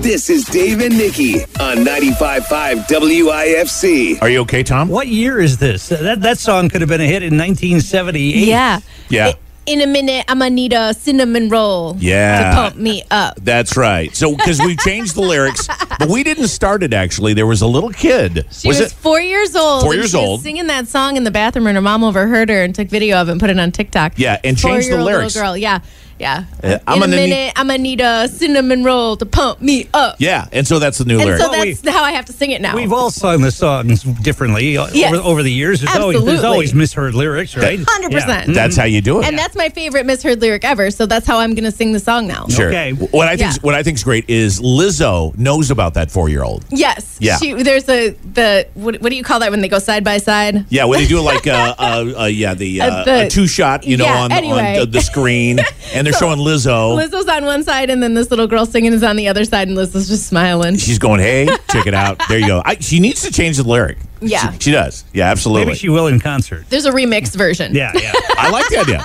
This is Dave and Nikki on 95.5 WIFC. Are you okay, Tom? What year is this? That that song could have been a hit in 1978. Yeah. Yeah. I- In a minute, I'm gonna need a cinnamon roll. Yeah. To pump me up. That's right. So, because we changed the lyrics, but we didn't start it actually. There was a little kid. She was, four years old. Four and years she was old. singing that song in the bathroom, and her mom overheard her and took video of it and put it on TikTok. Yeah, and changed the Four-year-old lyrics. Little girl, yeah, yeah. Uh, I'm in a gonna need- minute, I'm gonna need a cinnamon roll to pump me up. Yeah. And so that's the new and lyric. so Well, that's how I have to sing it now. We've all sung the songs differently uh, Yes. over, over the years. There's always, there's Absolutely. always misheard lyrics, right? hundred percent. that's how you do it. and that's my favorite misheard lyric ever. So that's how I'm gonna sing the song now. Sure. Okay. What I think Yeah. what I think's great is Lizzo knows about that four year old. Yes. Yeah. She, there's a the what, what do you call that when they go side by side? Yeah, when they do like uh, uh, uh, yeah the, uh, Uh, the- a two shot, you know, yeah, on anyway. on the, the screen, and they're showing Lizzo. Lizzo's on one side, and then this little girl singing is on the other side, and Lizzo's just smiling. She's going, hey, check it out. There you go. I, she needs to change the lyric. Yeah. she, she does. Yeah, absolutely. Maybe she will in concert. There's a remixed version. Yeah, yeah. I like the idea.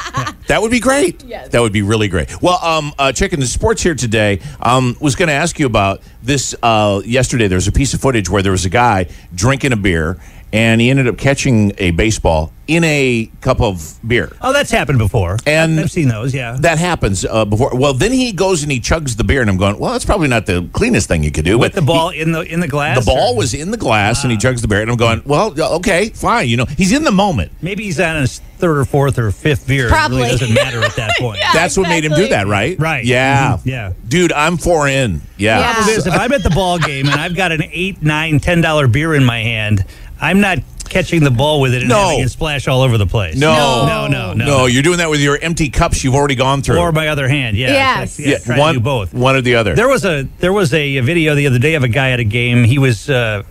That would be great. Yes. That would be really great. Well, um, uh, checking the sports here today, um, was going to ask you about this. Uh, yesterday, there was a piece of footage where there was a guy drinking a beer, and he ended up catching a baseball in a cup of beer. oh, that's happened before. And- I've seen those. Yeah. That happens uh, before. Well, then he goes and he chugs the beer, and I'm going, well, that's probably not the cleanest thing you could do. with but the ball in the in the glass. the ball or- was in the glass, and he chugs the beer, and I'm going, well, okay, fine. You know, he's in the moment. Maybe he's on his third or fourth or fifth beer. It Probably. really doesn't matter at that point. Yeah. That's what made him do exactly. that, right? Right. Yeah. Mhm. Yeah. Dude, I'm four in. Yeah. problem is if I'm at the ball game and I've got an eight, nine, ten dollar beer in my hand, I'm not catching the ball with it and No. having it splash all over the place. No. no, no, no. No, you're doing that with your empty cups you've already gone through. Or my other hand, yeah. Yes. Yeah, try to one, do both. One or the other. There was a there was a, video the other day of a guy at a game. He was uh,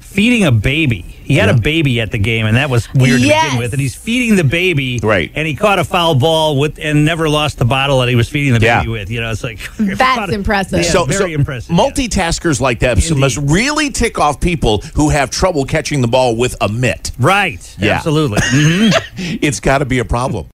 feeding a baby. He had a baby at the game, and that was weird to Yes. begin with. And he's feeding the baby, Right. And he caught a foul ball with, and never lost the bottle that he was feeding the Yeah. baby with. You know, it's like That's impressive. Yeah. so, very so impressive, yeah. Multitaskers like that must Indeed. really tick off people who have trouble catching the ball with a mitt. Right? Yeah. Absolutely. It's got to be a problem.